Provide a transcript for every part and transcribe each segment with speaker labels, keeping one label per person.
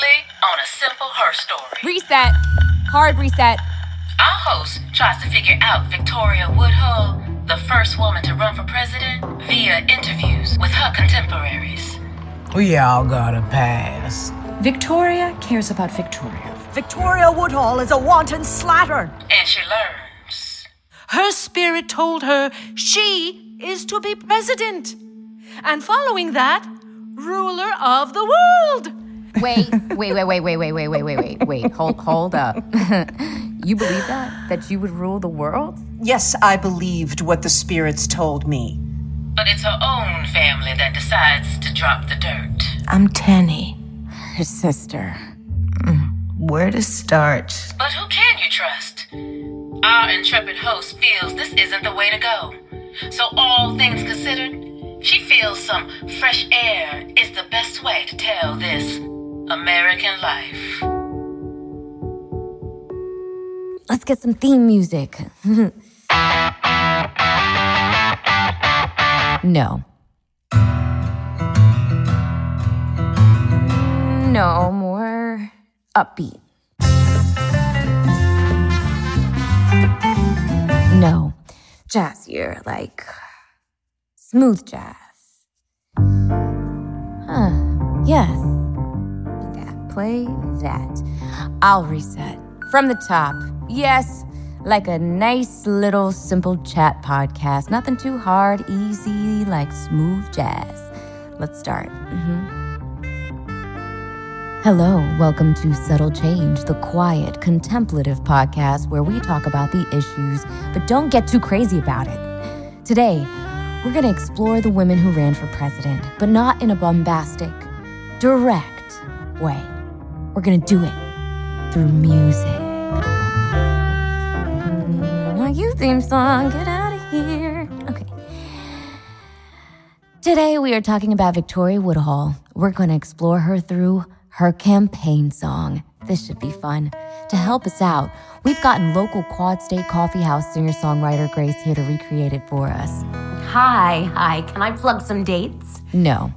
Speaker 1: a simple her story.
Speaker 2: Reset. Hard reset.
Speaker 1: Our host tries to figure out Victoria Woodhull, the first woman to run for president, via interviews with her contemporaries.
Speaker 3: We all got a past.
Speaker 4: Victoria cares about Victoria.
Speaker 5: Victoria Woodhall is a wanton slattern.
Speaker 1: And she learns.
Speaker 4: Her spirit told her she is to be president. And following that, ruler of the world.
Speaker 2: Wait, wait, wait, wait, wait, wait, wait, wait, wait, wait, wait. Hold, hold up. you believe that? That you would rule the world?
Speaker 5: Yes, I believed what the spirits told me.
Speaker 1: But it's her own family that decides to drop the dirt.
Speaker 6: I'm Tenny.
Speaker 2: Her sister.
Speaker 6: Where to start?
Speaker 1: But who can you trust? Our intrepid host feels this isn't the way to go. So, all things considered, she feels some fresh air is the best way to tell this American life.
Speaker 2: Let's get some theme music. no. No, more upbeat. No, jazzier, like smooth jazz. Huh, yes. That, play that. I'll reset from the top. Yes, like a nice little simple chat podcast. Nothing too hard, easy, like smooth jazz. Let's start. Mm-hmm. Hello, welcome to Subtle Change, the quiet, contemplative podcast where we talk about the issues, but don't get too crazy about it. Today, we're going to explore the women who ran for president, but not in a bombastic, direct way. We're going to do it through music. Mm, now you theme song, get out of here. Okay. Today, we are talking about Victoria Woodhull. We're going to explore her through her campaign song. This should be fun. To help us out, we've gotten local Quad State Coffeehouse singer songwriter Grace here to recreate it for us.
Speaker 7: Hi, hi. Can I plug some dates?
Speaker 2: No.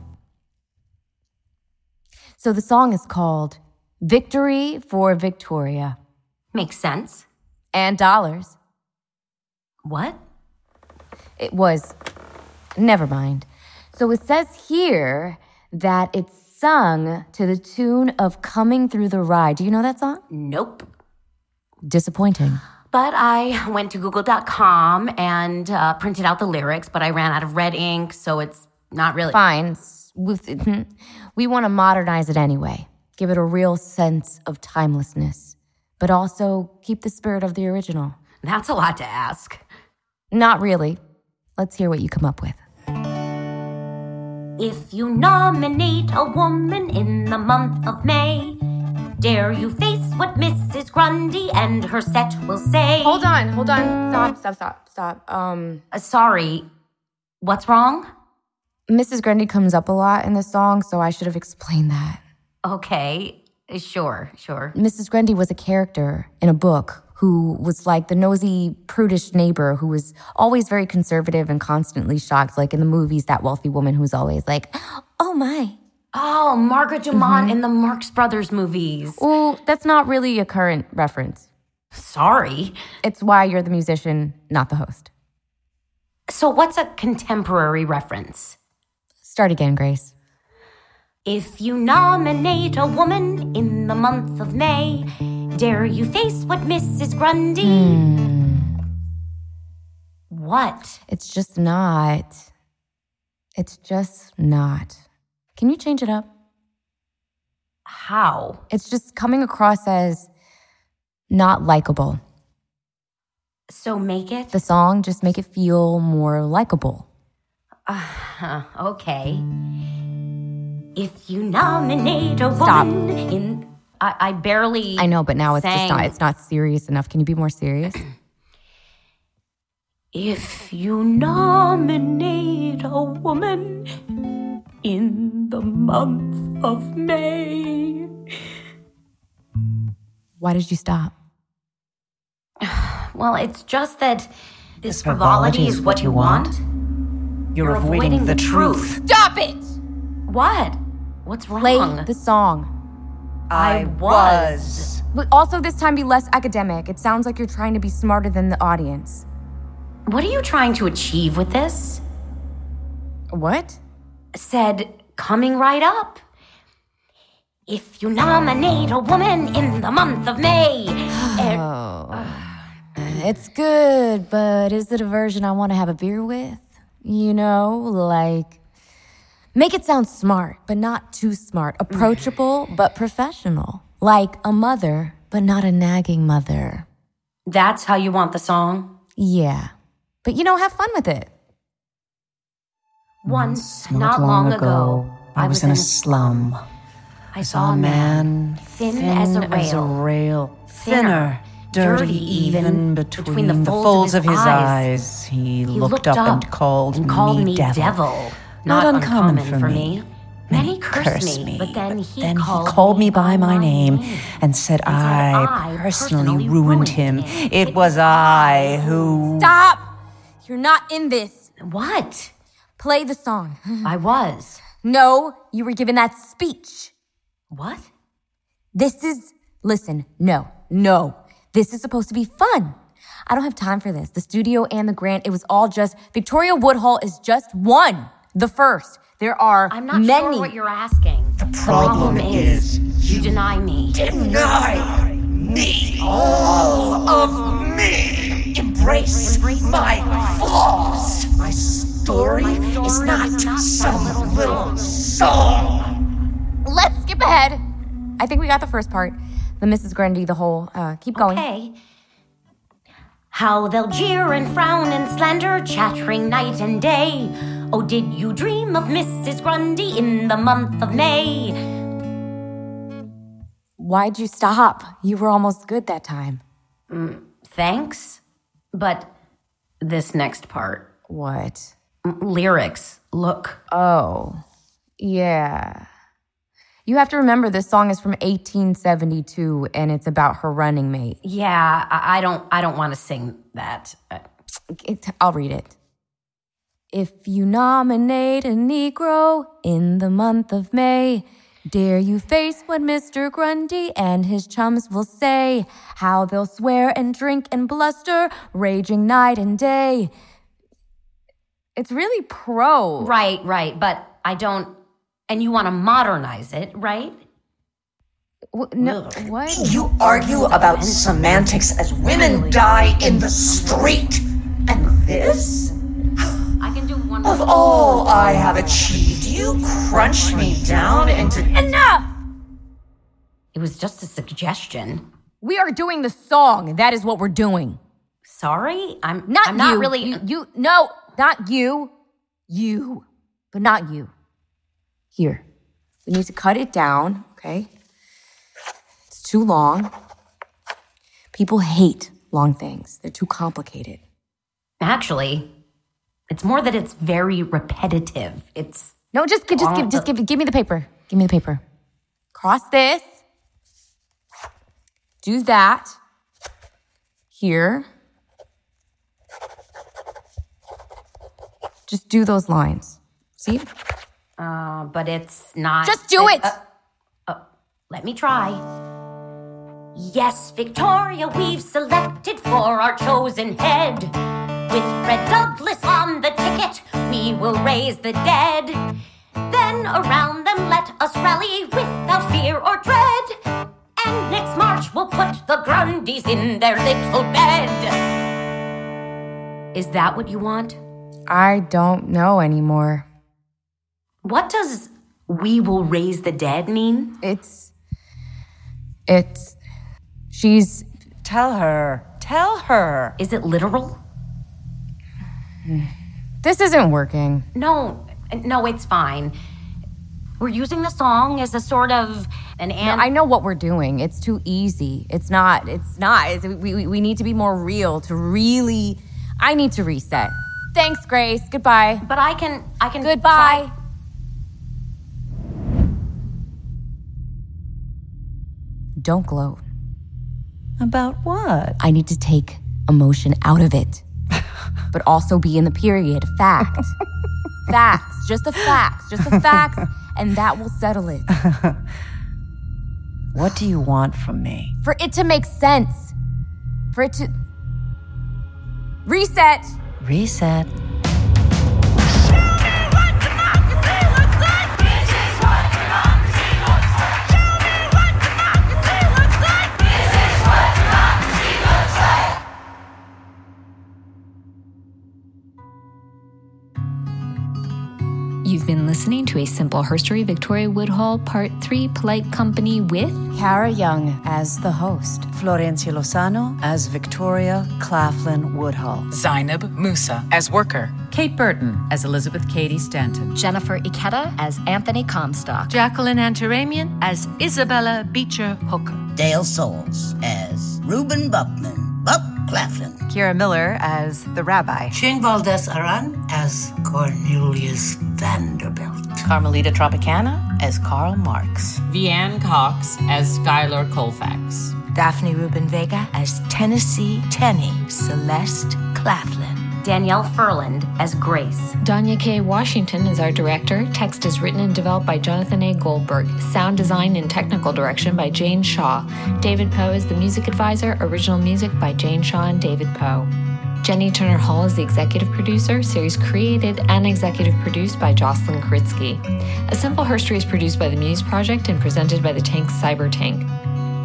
Speaker 2: So the song is called Victory for Victoria
Speaker 7: Makes sense.
Speaker 2: and Dollars.
Speaker 7: What?
Speaker 2: It was. Never mind. So it says here that it's sung to the tune of Coming Through the Rye. Do you know that song?
Speaker 7: Nope.
Speaker 2: Disappointing.
Speaker 7: But I went to google.com and uh, printed out the lyrics, but I ran out of red ink, so it's not really.
Speaker 2: Fine. S- with- We want to modernize it anyway, give it a real sense of timelessness, but also keep the spirit of the original.
Speaker 7: That's a lot to ask.
Speaker 2: Not really. Let's hear what you come up with.
Speaker 7: If you nominate a woman in the month of May, dare you face what Mrs. Grundy and her set will say?
Speaker 2: Hold on, hold on. Stop, stop, stop, stop. Um,
Speaker 7: Uh, sorry. What's wrong?
Speaker 2: Mrs. Grundy comes up a lot in the song, so I should have explained that.
Speaker 7: Okay. Sure, sure.
Speaker 2: Mrs. Grundy was a character in a book who was like the nosy, prudish neighbor who was always very conservative and constantly shocked, like in the movies, that wealthy woman who's always like, oh my.
Speaker 7: Oh, Margaret Dumont
Speaker 2: Mm-hmm.
Speaker 7: in the Marx Brothers movies.
Speaker 2: Ooh, that's not really a current reference.
Speaker 7: Sorry.
Speaker 2: It's why you're the musician, not the host.
Speaker 7: So, what's a contemporary reference?
Speaker 2: Start again, Grace.
Speaker 7: If you nominate a woman in the month of May, dare you face what Mrs. Grundy?
Speaker 2: Hmm.
Speaker 7: What?
Speaker 2: It's just not. It's just not. Can you change it up?
Speaker 7: How?
Speaker 2: It's just coming across as not likable.
Speaker 7: So make it?
Speaker 2: The song just make it feel more likable.
Speaker 7: Uh, okay. If you nominate a
Speaker 2: Stop.
Speaker 7: woman in. I, I barely.
Speaker 2: I know, but now it's
Speaker 7: sang.
Speaker 2: just not it's not serious enough. Can you be more serious?
Speaker 7: If you nominate a woman in the month of May.
Speaker 2: Why did you stop?
Speaker 7: Well, it's just that this frivolity is what you want.
Speaker 3: You're, avoiding, the, truth.
Speaker 7: Stop it! What? What's
Speaker 2: Play
Speaker 7: wrong?
Speaker 2: the song.
Speaker 7: I was.
Speaker 2: But also, this time be less academic. It sounds like you're trying to be smarter than the audience.
Speaker 7: What are you trying to achieve with this?
Speaker 2: What?
Speaker 7: Said, coming right up. If you nominate a woman in the month of May, er-
Speaker 2: It's good, but is it a version I want to have a beer with? You know, like. Make it sound smart, but not too smart. Approachable, but professional. Like a mother, but not a nagging mother.
Speaker 7: that's how you want the song.
Speaker 2: Yeah. But you know, have fun with it.
Speaker 7: Once, not long ago,
Speaker 5: I was in a slum.
Speaker 7: I saw a man thin, as a
Speaker 5: as a
Speaker 7: rail.
Speaker 5: rail,
Speaker 7: Thinner,
Speaker 5: thinner, dirty,
Speaker 7: dirty
Speaker 5: even,
Speaker 7: even,
Speaker 5: between,
Speaker 7: between
Speaker 5: the, folds of his, eyes. He,
Speaker 7: He
Speaker 5: looked, up, and called,
Speaker 7: and called me, devil.
Speaker 5: Not uncommon for me.
Speaker 7: Then
Speaker 5: And
Speaker 7: he cursed me, but then, he, called
Speaker 5: me by my name and said I
Speaker 7: I
Speaker 5: personally
Speaker 7: personally
Speaker 5: ruined
Speaker 7: ruined
Speaker 5: him.
Speaker 7: him.
Speaker 5: It was I who.
Speaker 2: Stop! You're not in this.
Speaker 7: What?
Speaker 2: Play the song.
Speaker 7: I was.
Speaker 2: No, you were given that speech.
Speaker 7: What?
Speaker 2: This is, listen, no, no. This is supposed to be fun. I don't have time for this. The studio and the grant, it was all just, Victoria Woodhull is just one, the first. There are
Speaker 7: I'm not
Speaker 2: many.
Speaker 7: sure what you're asking. The problem, is, you deny me.
Speaker 8: Deny me, all of me. Embrace my flaws. My story is not some little song.
Speaker 2: Let's skip ahead. I think we got the first part. The Mrs. Grundy, the whole, uh, keep going.
Speaker 7: Okay. How they'll jeer and frown and slander, chattering night and day. Oh, did you dream of Mrs. Grundy in the month of May?
Speaker 2: Why'd you stop? You were almost good that time.
Speaker 7: Thanks. But this next part
Speaker 2: What?
Speaker 7: M- lyrics. Look.
Speaker 2: Oh, yeah. You have to remember this song is from 1872 and it's about her running mate.
Speaker 7: Yeah, I, I don't I don't want to sing that. Uh,
Speaker 2: it, I'll read it. If you nominate a Negro in the month of May, dare you face what Mr. Grundy and his chums will say? How they'll swear and drink and bluster, raging night and day. It's really pro.
Speaker 7: Right, right, but I don't and you want to modernize it, right?
Speaker 2: W- no, what?
Speaker 8: You argue about semantics as women die in the street. And this?
Speaker 7: I can do one
Speaker 8: Of all I have achieved, you crunch me down into.
Speaker 2: Enough!
Speaker 7: It was just a suggestion.
Speaker 2: We are doing the song. That is what we're doing.
Speaker 7: Sorry? I'm
Speaker 2: Not
Speaker 7: I'm
Speaker 2: you.
Speaker 7: not really
Speaker 2: You, you. No, not you. You, but not you. Here. We need to cut it down, okay? It's too long. People hate long things, they're too complicated.
Speaker 7: Actually, it's more that it's very repetitive. It's
Speaker 2: No, just, gi- just, give, just give, give me the paper. Give me the paper. Cross this. Do that. Here. Just do those lines. See?
Speaker 7: uh but it's not
Speaker 2: Just do it.
Speaker 7: uh, Let me try. Yes, Victoria, we've selected for our chosen head. With Fred Douglas on the ticket, we will raise the dead. Then around them let us rally without fear or dread. And next March we'll put the Grundys in their little bed. Is that what you want?
Speaker 2: I don't know anymore.
Speaker 7: What does we will raise the dead mean?
Speaker 2: It's. It's. She's.
Speaker 5: Tell her. Tell her.
Speaker 7: Is it literal?
Speaker 2: This isn't working.
Speaker 7: No, no, it's fine. We're using the song as a sort of an
Speaker 2: No,
Speaker 7: an.
Speaker 2: I know what we're doing. It's too easy. It's not. It's not. It's, we, we, we need to be more real to really. I need to reset. Thanks, Grace. Goodbye.
Speaker 7: but I can, I can.
Speaker 2: Goodbye.
Speaker 7: try-
Speaker 2: Don't gloat.
Speaker 5: About what?
Speaker 2: I need to take emotion out of it, but also be in the period. Fact. facts. Just the facts. Just the facts. And that will settle it.
Speaker 9: What do you want from me?
Speaker 2: For it to make sense. For it to. Reset!
Speaker 9: Reset.
Speaker 10: You've been listening to A Simple Herstory, Victoria Woodhull, Part 3, Polite Company with
Speaker 2: Kara Young as the host.
Speaker 9: Florencia Lozano as Victoria Claflin Woodhull.
Speaker 11: Zainab Musa as worker.
Speaker 12: Kate Burton as Elizabeth Cady Stanton.
Speaker 13: Jennifer Ikeda as Anthony Comstock.
Speaker 4: Jacqueline Antaramian as Isabella Beecher Hooker.
Speaker 14: Dale Souls as Reuben Buckman. Buck Claflin.
Speaker 15: Kira Miller as the rabbi.
Speaker 16: Shane Valdez Aran as Cornelius Vanderbilt.
Speaker 17: Carmelita Tropicana as Karl Marx.
Speaker 18: Vianne Cox as Skylar Colfax.
Speaker 6: Daphne Rubin Vega as Tennessee Tenny Celeste Claflin.
Speaker 7: Danielle Furland as Grace.
Speaker 10: Danya K. Washington is our director. Text is written and developed by Jonathan A. Goldberg. Sound design and technical direction by Jane Shaw. David Poe is the music advisor. Original music by Jane Shaw and David Poe. Jenny Turner Hall is the executive producer, series created and executive produced by Jocelyn Karitsky. A Simple Herstory is produced by the Muse Project and presented by the Tank Cyber Tank.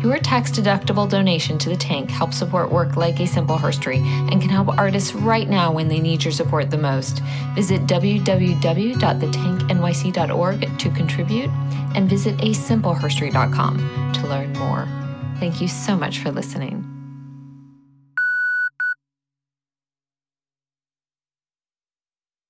Speaker 10: Your tax deductible donation to the tank helps support work like A Simple Herstory and can help artists right now when they need your support the most. Visit www.thetanknyc.org to contribute and visit asimpleherstory.com to learn more. Thank you so much for listening.